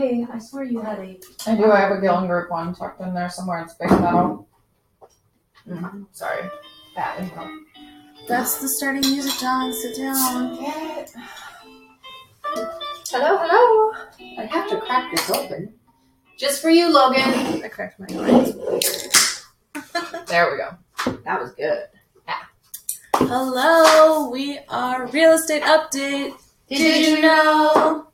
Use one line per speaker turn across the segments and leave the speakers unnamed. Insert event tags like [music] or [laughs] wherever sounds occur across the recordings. Hey, I swear you had a.
I do. I have a Gillen Group one tucked in there somewhere. It's big metal. Mm, sorry. Bad info.
Mm-hmm. That's the starting music, John. Sit down.
Hello, hello. I have to crack this open. Just for you, Logan.
I cracked my lines.
There we go.
That was good.
Hello, we are Real Estate Update. Did you know?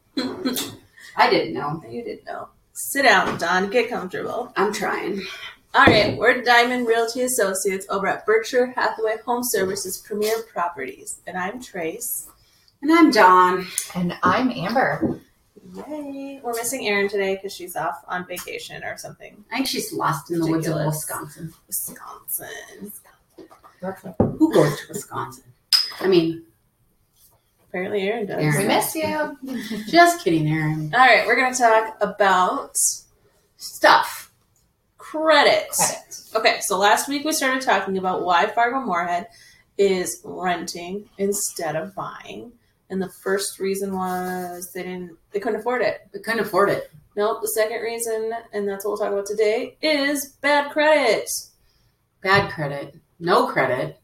I didn't know.
You didn't know. Sit down, Don. Get comfortable.
I'm trying.
All right, we're Diamond Realty Associates over at Berkshire Hathaway Home Services Premier Properties, and I'm Trace.
And I'm Don.
And I'm Amber.
Yay! We're missing Erin today because she's off on vacation or something.
I think she's lost in the woods of
Ridiculous.
Wisconsin.
Wisconsin.
Who goes to Wisconsin? I mean,
Apparently, Erin does.
Erin.
We miss you.
[laughs] just kidding, Aaron.
All right, we're gonna talk about
Stuff.
credit.
Credit.
Okay, so last week we started talking about why Fargo Moorhead is renting instead of buying. And the first reason was they didn't they couldn't afford it.
We couldn't afford it.
Nope, the second reason, and that's what we'll talk about today, is bad credit.
Bad credit. No credit.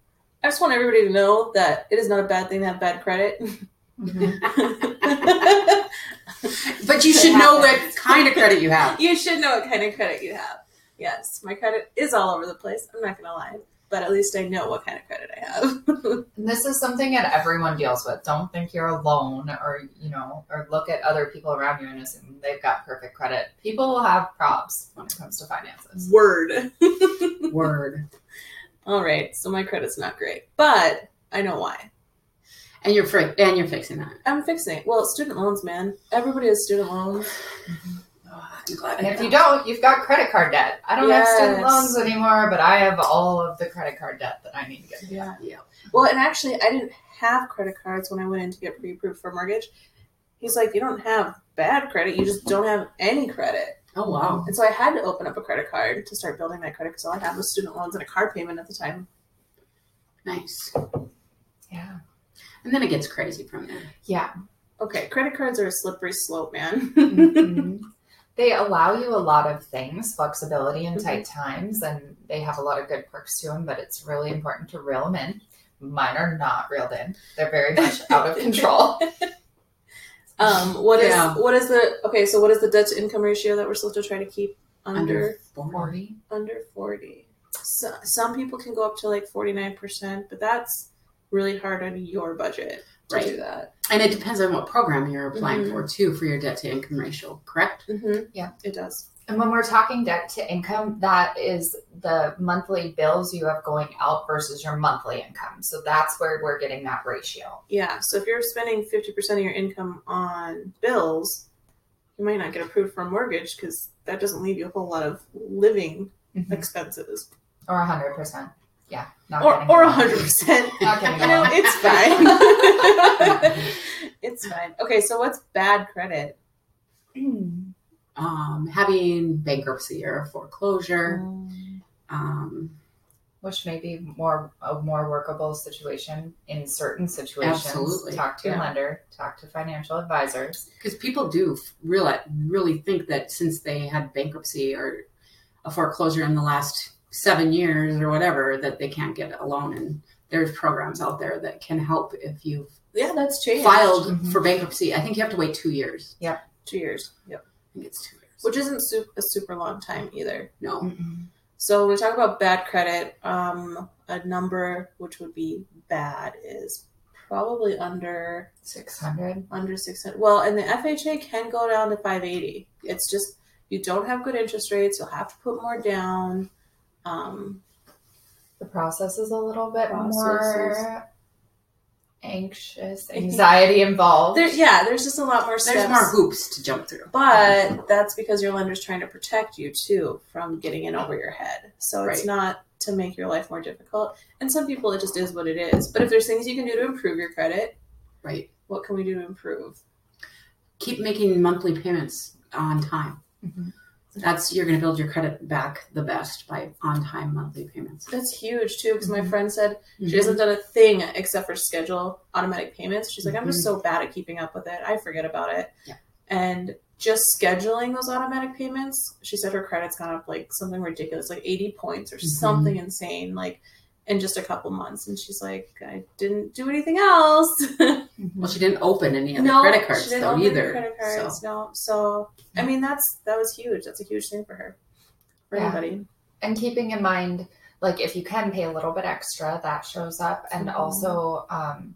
I just want everybody to know that it is not a bad thing to have bad credit. Mm-hmm.
But you should know what kind of credit you have. [laughs]
you should know what kind of credit you have. Yes, my credit is all over the place. I'm not gonna lie. But at least I know what kind of credit I have.
This is something that everyone deals with. Don't think you're alone or, you know, or look at other people around you and assume they've got perfect credit. People will have props when it comes to finances.
Word.
Word.
All right, so my credit's not great, but I know why.
And you're fri- and you're fixing that.
I'm fixing it. Well, student loans, man. Everybody has student loans.
Oh, I'm glad
And if you don't, you've got credit card debt. I don't have student
Yes.
loans anymore, but I have all of the credit card debt that I need to get.
[laughs] Yeah.
Yeah.
Well, and actually, I didn't have credit cards when I went in to get pre-approved for mortgage. He's like, you don't have bad credit. You just don't have any credit.
Oh wow.
And so I had to open up a credit card to start building my credit because all I had was student loans and a car payment at the time.
Nice.
Yeah.
And then it gets crazy from there.
Yeah. [laughs]
Okay, credit cards are a slippery slope, man. [laughs] Mm-hmm.
They allow you a lot of things, flexibility in tight
Mm-hmm.
times, and they have a lot of good perks to them, but it's really important to reel them in. Mine are not reeled in. They're very much out
[laughs]
of control.
um, what is
Yeah.
what is the okay? So what is the debt to income ratio that we're supposed to try to keep under
Under.
40.
under 40 so, some people can go up to like 49% but that's really hard on your budget to
Right.
do that
And it depends on what program you're applying
Mhm.
for too for your debt to income ratio, correct?
mm-hmm.
Yeah.
it does
And when we're talking debt to income, that is the monthly bills you have going out versus your monthly income. So that's where we're getting that ratio.
yeah so if you're spending 50% of your income on bills you might not get approved for a mortgage because that doesn't leave you a whole lot of living expenses
Or 100%. Yeah. Not
Mm-hmm. or,
getting
or
it.
100% [laughs]
Not getting
you know
it.
it's [laughs] fine it's fine okay so what's bad credit
Um, having bankruptcy or foreclosure.
Mm.
Um,
[clears throat] which may be more a more workable situation in certain situations.
Absolutely.
Talk to your
Yeah.
lender, talk to financial advisors.
because people do really, really think that since they had bankruptcy or a foreclosure in the last seven years or whatever, that they can't get a loan. And there's programs out there that can help if you've
yeah that's changed
filed
Mhm.
mm-hmm.
for bankruptcy. I think you have to wait two years.
two years yep
I think it's two years.
which Mm, isn't su- a super long time either.
No.
Mm-hmm. So when we talk about bad credit, um, a number which would be bad is probably under
Six hundred.
under six hundred. Well, and the FHA can go down to five eighty. It's just you don't have good interest rates. You'll have to put more down. Um,
The process is a little bit
Process
more anxious, anxiety involved.
there, yeah, there's just a lot more steps.
There's more hoops to jump through.
but that's because your lender's trying to protect you too from getting in over your head. So it's
Right.
not to make your life more difficult. And some people, it just is what it is. But if there's things you can do to improve your credit,
Right.
what can we do to improve?
Keep making monthly payments on time.
Mhm.
That's you're going to build your credit back the best by on time monthly payments.
That's huge too, because my
Mm-hmm.
Mhm.
friend said she hasn't done a thing except for schedule automatic payments. She's like, I'm just so bad at keeping up with it. I forget about it.
Mm-hmm. Yeah.
And just scheduling those automatic payments, she said her credit's gone up like something ridiculous, like 80 points or
Mm-hmm.
something insane, like in just a couple months. And she's like, I didn't do anything else.
Mm-hmm.
Well, she didn't open any
[laughs]
of the credit cards
she didn't
though
open
either.
Credit
so-
cards, no. So I mean, that's that was huge. That's a huge thing for her, for
Yeah.
anybody.
and keeping in mind like if you can pay a little bit extra that shows up and
Mhm.
also um,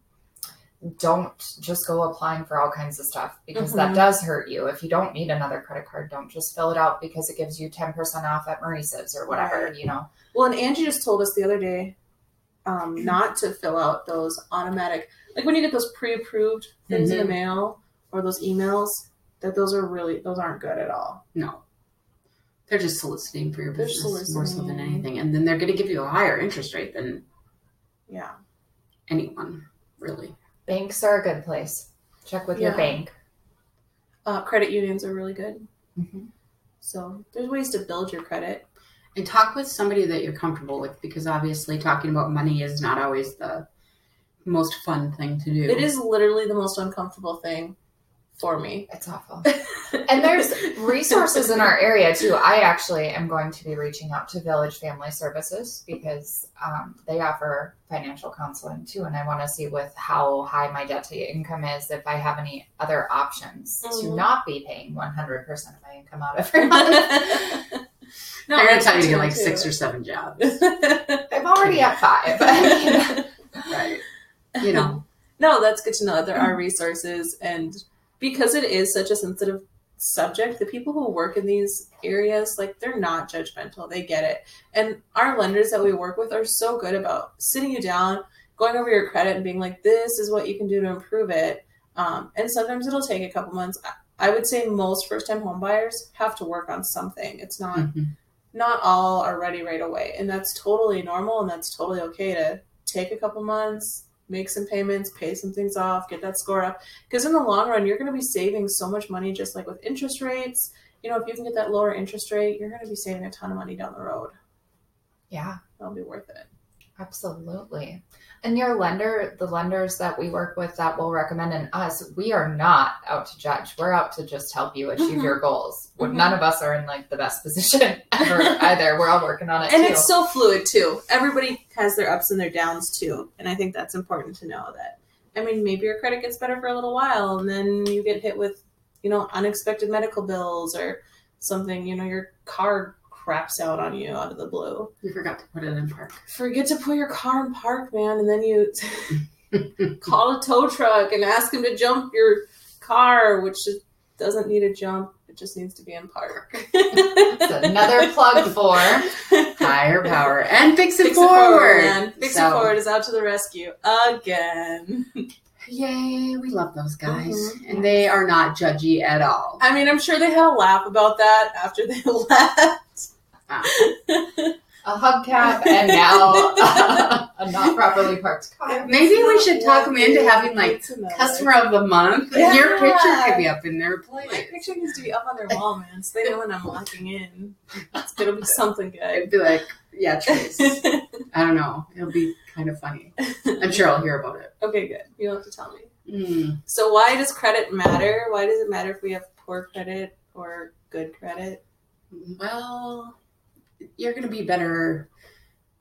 don't just go applying for all kinds of stuff because
Mhm.
that does hurt you if you don't need another credit card don't just fill it out because it gives you 10% off at maurice's or whatever you know
Well, and Angie just told us the other day
[clears throat]
um, not to fill out those automatic, like when you get those pre-approved things
Mm-hmm.
in the mail or those emails. That those are really those aren't good at all.
No. They're just soliciting for your
They're
business more so than
soliciting.
anything. And then they're going to give you a higher interest rate than
Yeah,
anyone, really.
banks are a good place check with
Yeah.
your bank
uh, credit unions are really good.
Mhm.
So there's ways to build your credit.
And talk with somebody that you're comfortable with because obviously talking about money is not always the most fun thing to do.
It is literally the most uncomfortable thing for me.
it's awful and there's
[laughs]
[laughs] resources in our area too. I actually am going to be reaching out to Village Family Services because um, they offer financial counseling too, and I want to see with how high my debt to income is if I have any other options
Mhm.
to not be paying 100% of my income out every month.
no,
They're going to tell you to get like six or seven jobs.
[laughs]
I'm already at five. I mean,
right. You
[laughs]
know,
No, that's good to know. There are resources, and because it is such a sensitive subject, the people who work in these areas, like, they're not judgmental. They get it. And our lenders that we work with are so good about sitting you down, going over your credit, and being like, this is what you can do to improve it. Um, and sometimes it'll take a couple months. I- I would say most first time homebuyers have to work on something. It's not
Mhm.
not all are ready right away. And that's totally normal and that's totally okay to take a couple months, make some payments, pay some things off, get that score up. Because in the long run, you're going to be saving so much money just like with interest rates. You know, if you can get that lower interest rate, you're going to be saving a ton of money down the road.
yeah.
That'll be worth it.
Absolutely. And your lender, the lenders that we work with that will recommend and us, we are not out to judge. We're out to just help you achieve
Mm-hmm.
Mhm.
your goals. Well,
Mhm.
None of us are in like the best position [laughs] ever either. We're all working on it
And
too.
it's so fluid too. Everybody has their ups and their downs too. And I think that's important to know that. I mean, maybe your credit gets better for a little while and then you get hit with, you know, unexpected medical bills or something, you know, your car craps out on you out of the blue.
you forgot to put it in park.
Forget to put your car in park, man, and then you call a tow truck and ask him to jump your car, which just doesn't need a jump. It just needs to be in park. [laughs]
It's another plug for
Higher power and fix it
Fix
forward.
It forward man. Fix
So,
It Forward is out to the rescue again.
Yay, we love those guys.
Mhm.
And they are not judgy at all.
I mean, I'm sure they had a laugh about that after they [laughs] left.
Uh,
a hubcap and now [laughs] a not properly parked car.
Maybe we should talk them into having like customer of the month. and Your
Yeah.
picture could be up in their
My
place.
picture needs to be up on their wall, man, so they know when I'm walking in. It's gonna be something good. [laughs]
I'd be like, yeah, Trace. I don't know. It'll be kind of funny. I'm sure I'll hear about it.
okay, good. You don't have to tell me.
Mm.
So, why does credit matter? Why does it matter if we have poor credit or good credit?
Well, you're going to be better.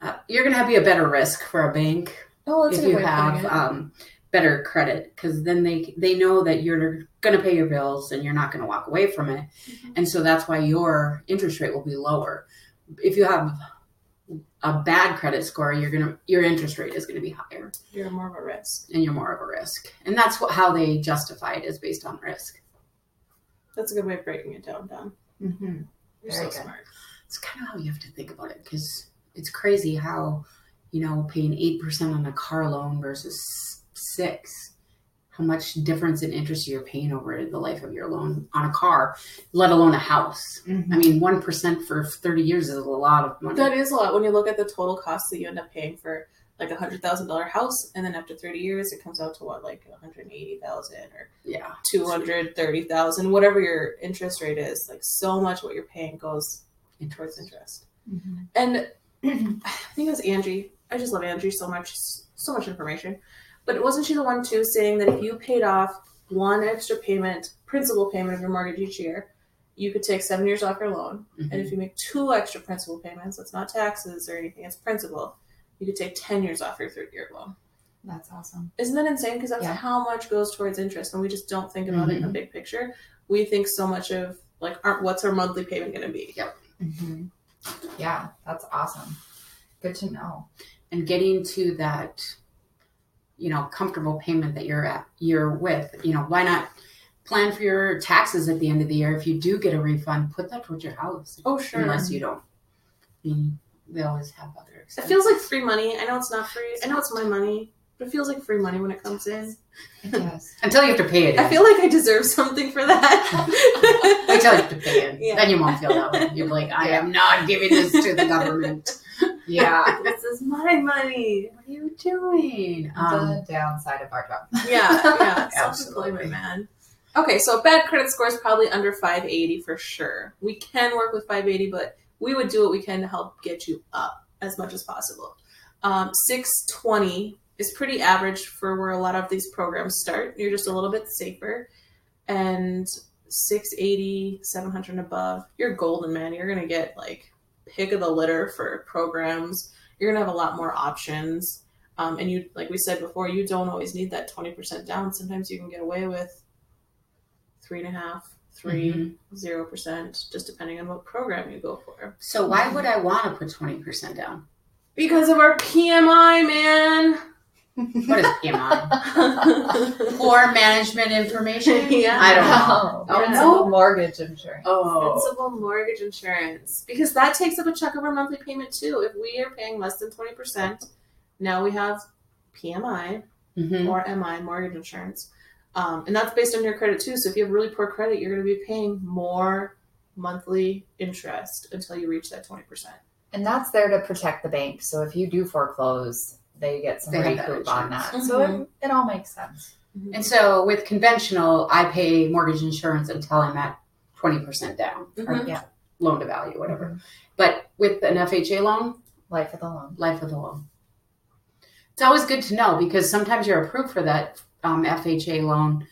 Uh, you're going to be a better risk for a bank
Oh,
if you have um, better credit because then they they know that you're going to pay your bills and you're not going to walk away from it,
Mhm.
and so that's why your interest rate will be lower. If you have a bad credit score, you're gonna your interest rate is going to be higher,
You're more of a risk.
and you're more of a risk, and that's what, how they justify it is based on risk.
That's a good way of breaking it down, Don.
Mm-hmm.
You're
Very
so
good.
smart.
It's kind of how you have to think about it because it's crazy how you know paying eight percent on a car loan versus six. How much difference in interest you're paying over the life of your loan on a car, let alone a house. I mean, one percent for thirty years is a lot of money.
That is a lot when you look at the total cost that you end up paying for like a hundred thousand dollar house, and then after thirty years, it comes out to what like one hundred eighty thousand or
yeah,
two hundred thirty thousand, whatever your interest rate is. Like so much what you're paying goes towards interest. And [clears throat] I think it was Angie. I just love Angie so much, so much information. But wasn't she the one too saying that if you paid off one extra payment, principal payment of your mortgage each year, you could take seven years off your loan. And
Mhm.
if you make two extra principal payments, that's not taxes or anything, it's principal, you could take 10 years off your third year loan.
That's awesome.
Isn't that insane? Because that's
Yeah.
how much goes towards interest, and we just don't think about it in the big picture. We think so much of, like, our, what's our monthly payment going to be?
hmm Yeah, that's awesome. Good to know.
and getting to that, you know, comfortable payment that you're at, you're with, you know, why not plan for your taxes at the end of the year? If you do get a refund, put that towards your house,
Oh, sure.
unless you don't. I mean, we always have other
It
expenses.
feels like free money. I know it's not free. I know it's my money, but it feels like free money when it comes in.
Yes.
until you have to pay it.
I feel like I deserve something
[laughs]
for that.
until you have to pay it,
Yeah.
then you won't feel that way. You're like, I
Yeah.
am not giving this to the government.
[laughs] yeah.
[laughs] this is my money.
What are you doing? Um,
the downside of our job.
Yeah, yeah,
Absolutely.
self-employment, man. Okay, so bad credit score is probably under 580 for sure. We can work with 580, but we would do what we can to help get you up as much as possible. Um, 620 is pretty average for where a lot of these programs start. You're just a little bit safer. And 680, 700 and above, you're golden, man. You're going to get like pick of the litter for programs. You're going to have a lot more options. Um, and you, like we said before, you don't always need that 20% down. Sometimes you can get away with three and a half, three, zero percent, just depending on what program you go for.
so why would I want to put twenty percent down?
Because of our PMI, man. [laughs]
What is PMI? Poor management information.
Yeah.
I don't know.
[laughs] Oh,
Yeah.
no. mortgage insurance.
Oh,
Principal mortgage insurance. Because that takes up a chunk of our monthly payment too. If we are paying less than 20%, now we have PMI
Mhm.
or MI, mortgage insurance. Um, and that's based on your credit too. So if you have really poor credit, you're going to be paying more monthly interest until you reach that 20%.
And that's there to protect the bank. So if you do foreclose, they get some
They have that
recoup on that.
insurance.
So it, it all makes sense.
And so with conventional, I pay mortgage insurance until I'm at 20% down or
Mhm.
Yeah.
loan to value, whatever. But with an FHA loan,
Life of the loan.
life of the loan. It's always good to know because sometimes you're approved for that um, FHA loan,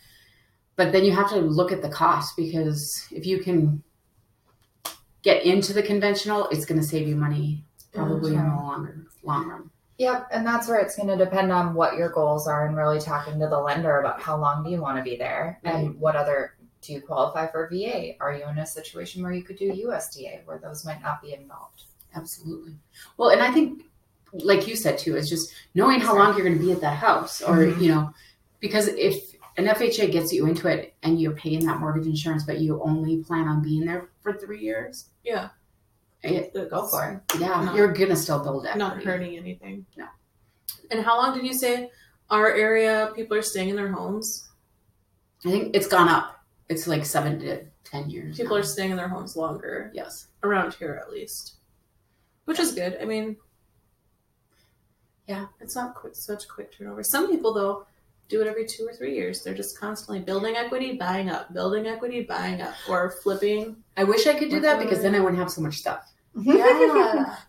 but then you have to look at the cost because if you can get into the conventional, it's going to save you money probably in the longer long run.
Yep. And that's where it's going to depend on what your goals are and really talking to the lender about how long do you want to be there and what other do you qualify for VA? Are you in a situation where you could do USDA where those might not be involved?
Absolutely. Well, and I think, like you said too, is just knowing how long you're going to be at that house, or
Mhm.
you know, because if an FHA gets you into it and you're paying that mortgage insurance, but you only plan on being there for three years,
Yeah.
It-
Go for it.
yeah,
No.
you're gonna still build equity.
Not hurting anything.
No.
And how long did you say our area people are staying in their homes?
I think it's gone up. It's like seven to ten years.
People
now.
are staying in their homes longer,
yes,
around here at least, which is good. I mean,
Yeah.
it's not quick, such quick turnover. Some people, though, do it every two or three years. They're just constantly building equity, buying up, building equity, buying up, or flipping.
I wish I could do that
Working
because then I wouldn't have so much stuff.
Yeah.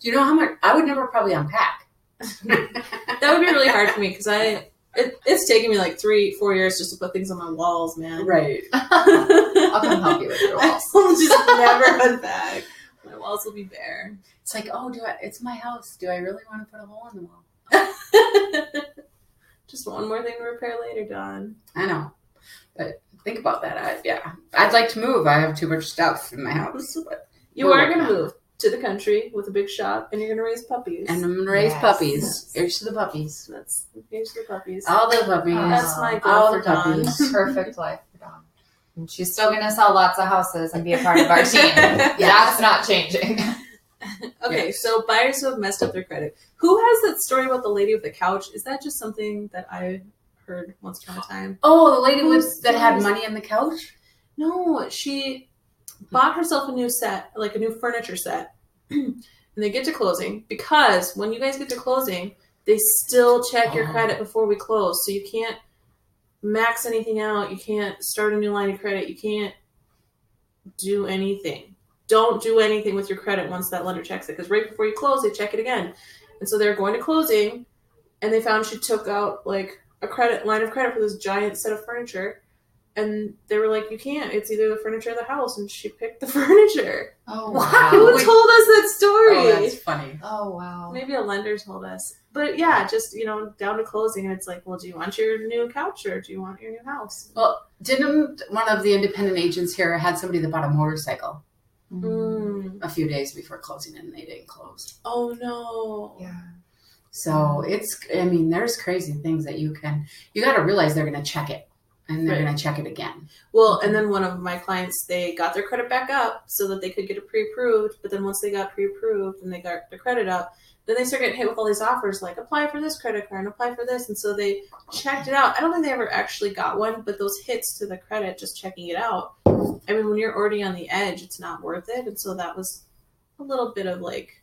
Do you know how much I would never probably unpack?
[laughs] that would be really hard for me because I. It, it's taking me like three, four years just to put things on my walls, man. [laughs]
Right.
I'll come help you with your
I [laughs]
walls.
will just never unpack. My walls will be bare.
It's like, oh, do I? It's my house. Do I really want to put a hole in the wall?
just one more thing to repair later, Don.
I know, but think about that. I, yeah, I'd like to move. I have too much stuff in my house, but,
You
We're
are going to
working on
move to the country with a big shop, and you're going to raise puppies.
and I'm gonna raise
Yes.
puppies. Here's to the puppies.
that's here's the puppies. Oh,
All the puppies.
Yes.
that's my
Oh, all
goal
the
for Don.
puppies.
Perfect life for Dawn. And she's still going to sell lots of houses and be a part of
[laughs]
our team. That's not changing.
Okay, so buyers who have messed up their credit. Who has that story about the lady with the couch? Is that just something that I heard
[gasps]
once upon a time?
Oh, the lady with
Who's-
that had
who's-
money in the couch.
No, she bought herself a new set, like a new furniture set. [clears throat] and they get to closing because when you guys get to closing, they still check your
Oh.
credit before we close. So you can't max anything out. You can't start a new line of credit. You can't do anything. Don't do anything with your credit once that lender checks it because right before you close, they check it again. And so they're going to closing and they found she took out like a credit line of credit for this giant set of furniture and they were like, "You can't. It's either the furniture or the house." And she picked the [laughs] furniture.
[laughs] Oh
Who
wow.
Wait.
told us that story?
Oh, that's funny.
Oh wow.
Maybe a lender told us. But yeah, just you know, down to closing, it's like, well, do you want your new couch or do you want your new house?
Didn't one of the independent agents here had somebody that bought a motorcycle
Mm.
a few days before closing and they didn't close?
Oh no.
Yeah.
So it's, I mean, there's crazy things that you can, you got to realize they're going to check it and they're
Right.
going to check it again.
Well, and then one of my clients, they got their credit back up so that they could get it pre-approved. But then once they got pre-approved and they got their credit up, then they start getting hit with all these offers like apply for this credit card and apply for this. And so they checked it out. I don't think they ever actually got one, but those hits to the credit, just checking it out. I mean, when you're already on the edge, it's not worth it. And so that was a little bit of like [laughs]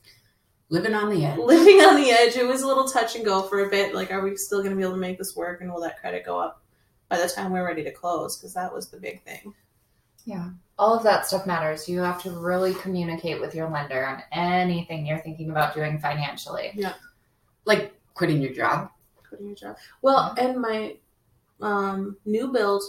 Living on the edge.
living on the edge. It was a little touch and go for a bit. Like, are we still going to be able to make this work? And will that credit go up by the time we're ready to close? Because that was the big thing.
All of that stuff matters. You have to really communicate with your lender on anything you're thinking about doing financially.
Like quitting your job.
Quitting your job. Well,
Mm-hmm.
and my um, new build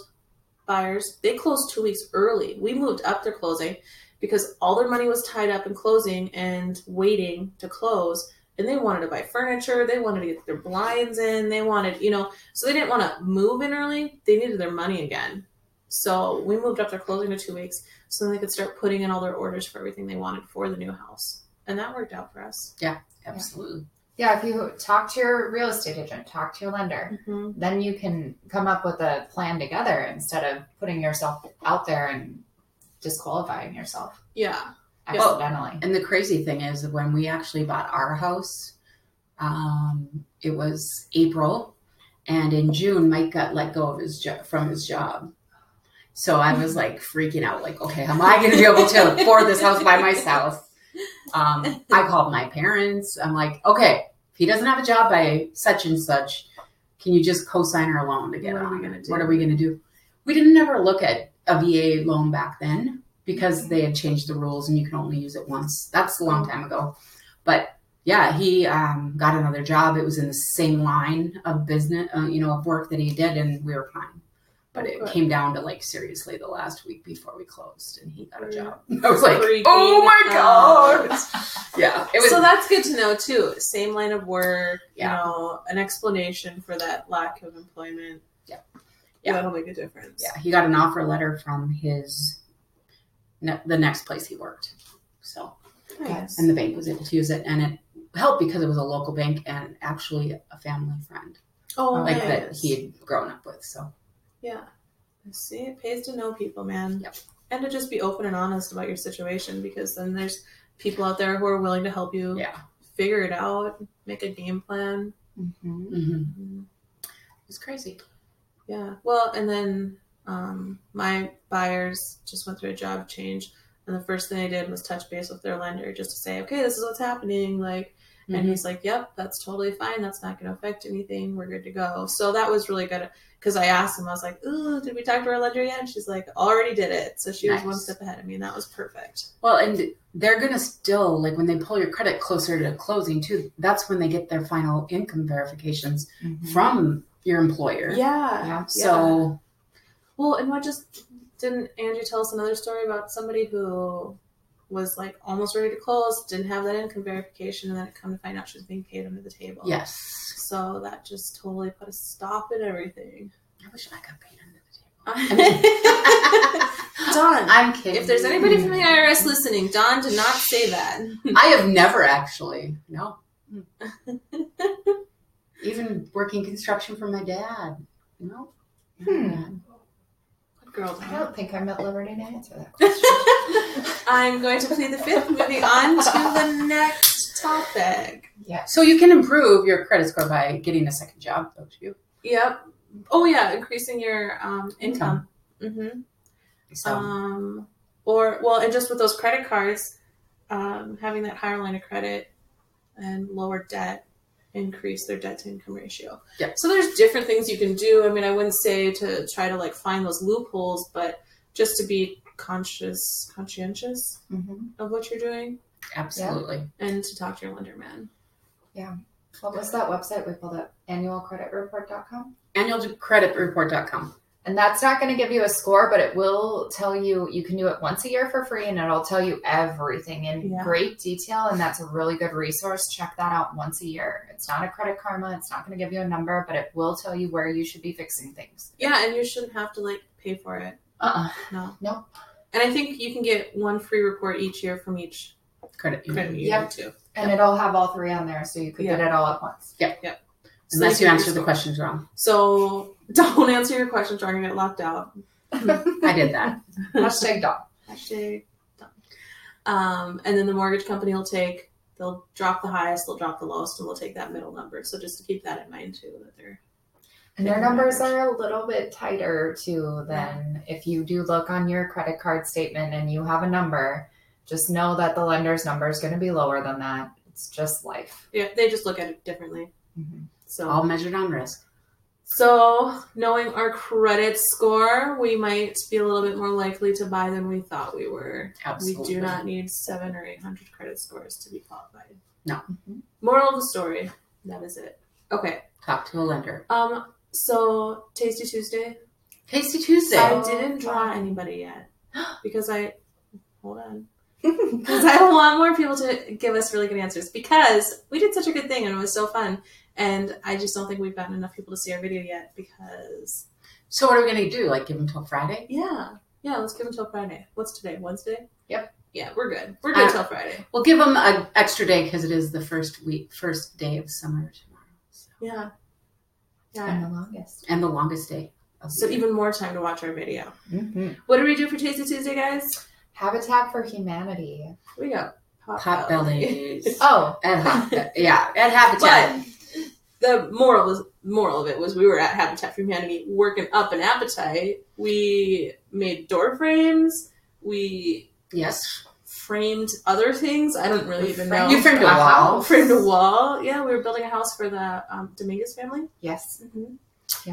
buyers, they closed two weeks early. We moved up their closing because all their money was tied up in closing and waiting to close. And they wanted to buy furniture. They wanted to get their blinds in. They wanted, you know, so they didn't want to move in early. They needed their money again. So we moved up their closing to two weeks so then they could start putting in all their orders for everything they wanted for the new house. And that worked out for us.
Absolutely.
Yeah, if you talk to your real estate agent, talk to your lender,
Mm-hmm.
then you can come up with a plan together instead of putting yourself out there and disqualifying yourself
Yeah. Yeah.
accidentally.
And the crazy thing is that when we actually bought our house, um, it was April, and in June, Mike got let go of his job from his job. So I
[laughs]
was like freaking out, like, okay, how am I going to be able to afford this house by myself? Um, I called my parents. I'm like, okay, if he doesn't have a job by such and such, can you just co-sign our loan to get
What are we
on?
gonna do?
What are we going to do? We didn't ever look at a VA loan back then because they had changed the rules and you can only use it once. That's a long time ago. But yeah, he um, got another job. It was in the same line of business, uh, you know, of work that he did, and we were fine. But it
Good.
came down to like seriously the last week before we closed, and he got a
Freak-
job. [laughs] I was like,
freaking
oh my
out.
god! yeah, it was.
so that's good to know too. Same line of work,
Yeah.
you know, an explanation for that lack of employment.
Yeah. Yeah.
That'll make a difference.
yeah, he got an offer letter from his ne- the next place he worked. So
Nice.
and the bank was able to use it and it helped because it was a local bank and actually a family friend
oh,
like that
nice.
he had grown up with so
Yeah. See, it pays to know people, man.
Yep.
And to just be open and honest about your situation because then there's people out there who are willing to help you
yeah
figure it out, make a game plan.
Mhm.
hmm it's crazy
Yeah. Well, and then um, my buyers just went through a job change. And the first thing I did was touch base with their lender just to say, okay, this is what's happening. Like, and
Mhm.
he's like, yep, that's totally fine. That's not going to affect anything. We're good to go. So that was really good because I asked him, I was like, ooh, did we talk to our lender yet? And she's like, already did it. So she was one
Nice.
step ahead of me, and that was perfect.
well and they're gonna still like when they pull your credit closer to closing too that's when they get their final income verifications
Mhm.
from your employer
Yeah.
Yeah.
so
Well, and what just didn't Angie tell us another story about somebody who was like almost ready to close, didn't have that income verification, and then it come to find out she was being paid under the table.
yes
So that just totally put a stop in everything.
i wish i got paid under the table
[laughs] Don,
[laughs] i'm kidding
if there's anybody from the IRS listening, Don, did not say that.
I have never actually. [laughs] No. Even working construction for my dad. No.
Hmm.
Good girl,
I [laughs]
Don.
don't think I'm at liberty to answer that question.
I'm going to plead the fifth. Moving on to the next topic.
yeah.
So you can improve your credit score by getting a second job, don't you?
Yep. Oh yeah, increasing your um, income. Mm-hmm.
So
Um, or well, and just with those credit cards, um, having that higher line of credit and lower debt increase their debt to income ratio.
Yep.
So there's different things you can do. I mean, I wouldn't say to try to like find those loopholes, but just to be conscious, conscientious
Mhm.
of what you're doing,
absolutely.
and to talk to your lender man.
What was that website we pulled up? Annualcreditreport.com?
Annualcreditreport.com.
And that's not going to give you a score, but it will tell you you can do it once a year for free and it'll tell you everything in
Yeah.
great detail. And that's a really good resource. Check that out once a year. It's not a credit karma, it's not going to give you a number, but it will tell you where you should be fixing things.
Yeah, and you shouldn't have to like pay for it.
Uh
No.
Nope.
And I think you can get one free report each year from each
Credit union.
credit
Yep.
union too.
And it'll have all three on there so you could get it all at once.
So
Unless
they
you
can
answer
use-
the questions wrong.
So [laughs] don't answer your questions or you're gonna get locked out.
I did that.
[laughs]
Hashtag dog.
Hashtag done. [laughs] Um, and then the mortgage company will take they'll drop the highest, they'll drop the lowest, and they'll take that middle number. So just to keep that in mind too, that they're
And their numbers are a little bit tighter too than if you do look on your credit card statement and you have a number, just know that the lender's number is going to be lower than that. It's just life.
yeah, they just look at it differently. So
All measured on risk.
So, knowing our credit score, we might be a little bit more likely to buy than we thought we were.
Absolutely.
We do not need seven or eight hundred credit scores to be qualified.
No.
Mhm.
Moral of the story. That is it. Okay.
talk to a lender.
Um. So, Tasty Tuesday.
Tasty Tuesday.
I didn't draw anybody [gasps] yet because I hold on because I want more people to give us really good answers because we did such a good thing and it was so fun. And I just don't think we've gotten enough people to see our video yet because
So what are we gonna do? Like give them till Friday?
Yeah. Yeah, let's give them till Friday. What's today? Wednesday?
Yep.
Yeah, we're good. We're good
Uh,
till Friday.
We'll give them an extra day because it is the first week, first day of summer tomorrow, so.
Yeah.
And
Yeah.
the longest.
and the longest day. Of the
So
year.
even more time to watch our video. What do we do for Tasty Tuesday, guys?
Habitat for Humanity.
We got pop,
hot
[laughs]
bellies.
Oh,
and hot, yeah, and habitat.
But the moral was moral of it was we were at Habitat for Humanity working up an appetite. We made door frames. We
yes,
framed other things. I don't really even know.
you framed a
A
wall.
house.
[laughs] framed a wall. Yeah, we were building a house for the um, Dominguez family.
[laughs] yes.
Mm-hmm.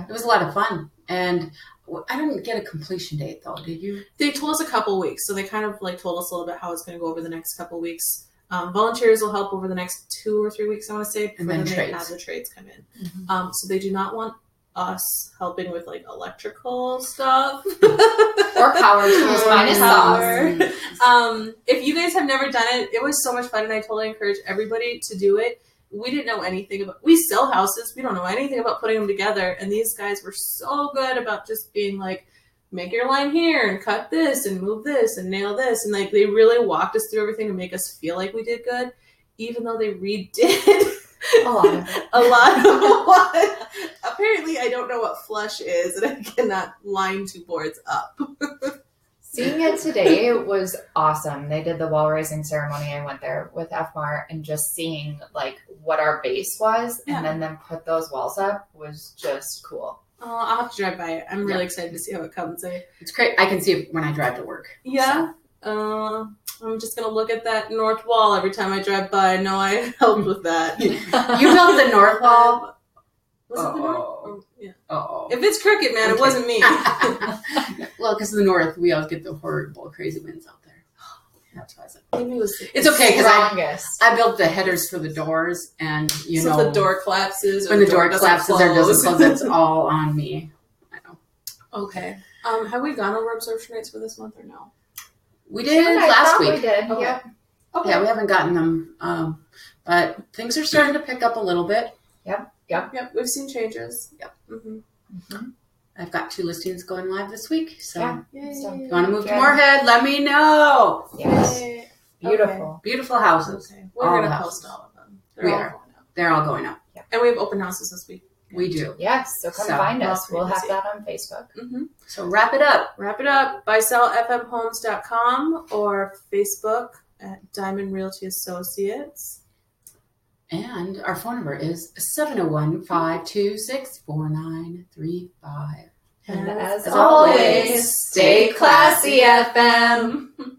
It was a lot of fun, and w- I didn't get a completion date though. Did you?
they told us a couple weeks so they kind of like told us a little bit how it's going to go over the next couple weeks um, volunteers will help over the next two or three weeks i want to say before
then
they
trades. Mm-hmm.
have the trades come in um, so they do not want us helping with like electrical
[laughs]
stuff
Or power tools. Mine is
Power.
sauce.
[laughs] um, if you guys have never done it it was so much fun and i totally encourage everybody to do it we didn't know anything about we sell houses we don't know anything about putting them together and these guys were so good about just being like make your line here and cut this and move this and nail this and like they really walked us through everything to make us feel like we did good even though they redid [laughs]
A lot of it.
a lot of [laughs] what apparently i don't know what flush is and i cannot line two boards up
Seeing it today was awesome. They did the wall raising ceremony. I went there with FMAR and just seeing like what our base was
Yeah.
and then them put those walls up was just cool.
oh i'll have to drive by it i'm really excited to see how it comes in
It's great. I can see it when I drive to work.
Yeah. Uh, I'm just gonna look at that north wall every time I drive by. No, I [laughs] helped with that.
You built the
[laughs] Um,
north wall.
Was it the north? Or- yeah.
Oh,
If it's crooked, man, it
Okay.
wasn't me.
[laughs]
[laughs]
well, because the north, we always get the horrible, crazy winds out there. That's why I said
Maybe it was.
it's okay
[laughs]
because I
strongest.
I built the headers for the doors, and you
so
know
the door collapses. Or
when the door,
doesn't
collapses or doesn't
close.
close,
[laughs]
it's all on me. I know.
okay. Um, have we gone over absorption rates for this month or no?
We did
I
last
thought
week.
We did.
Okay.
Yep.
Okay.
Yeah, we haven't gotten them, um, but things are starting to pick up a little bit.
Yep. We've seen changes.
Yep.
hmm
I've got two listings going live this week, so
Yeah. So-
if you want to move
Good.
to Moorhead, let me know.
Yes. Beautiful.
Beautiful houses.
Okay. We're
All
gonna
the
post
houses.
all of them.
We
all
are.
going up.
They're all going up.
And we have open houses this week.
We do.
Yes. So come
So,
find
well,
us. We'll
pretty
have
busy.
that on Facebook.
Mm-hmm.
So wrap it up.
wrap it up by sellfmhomes.com or Facebook at Diamond Realty Associates.
And our phone number is 701 526 4935.
And as
always,
always, stay classy, FM.
[laughs] Um,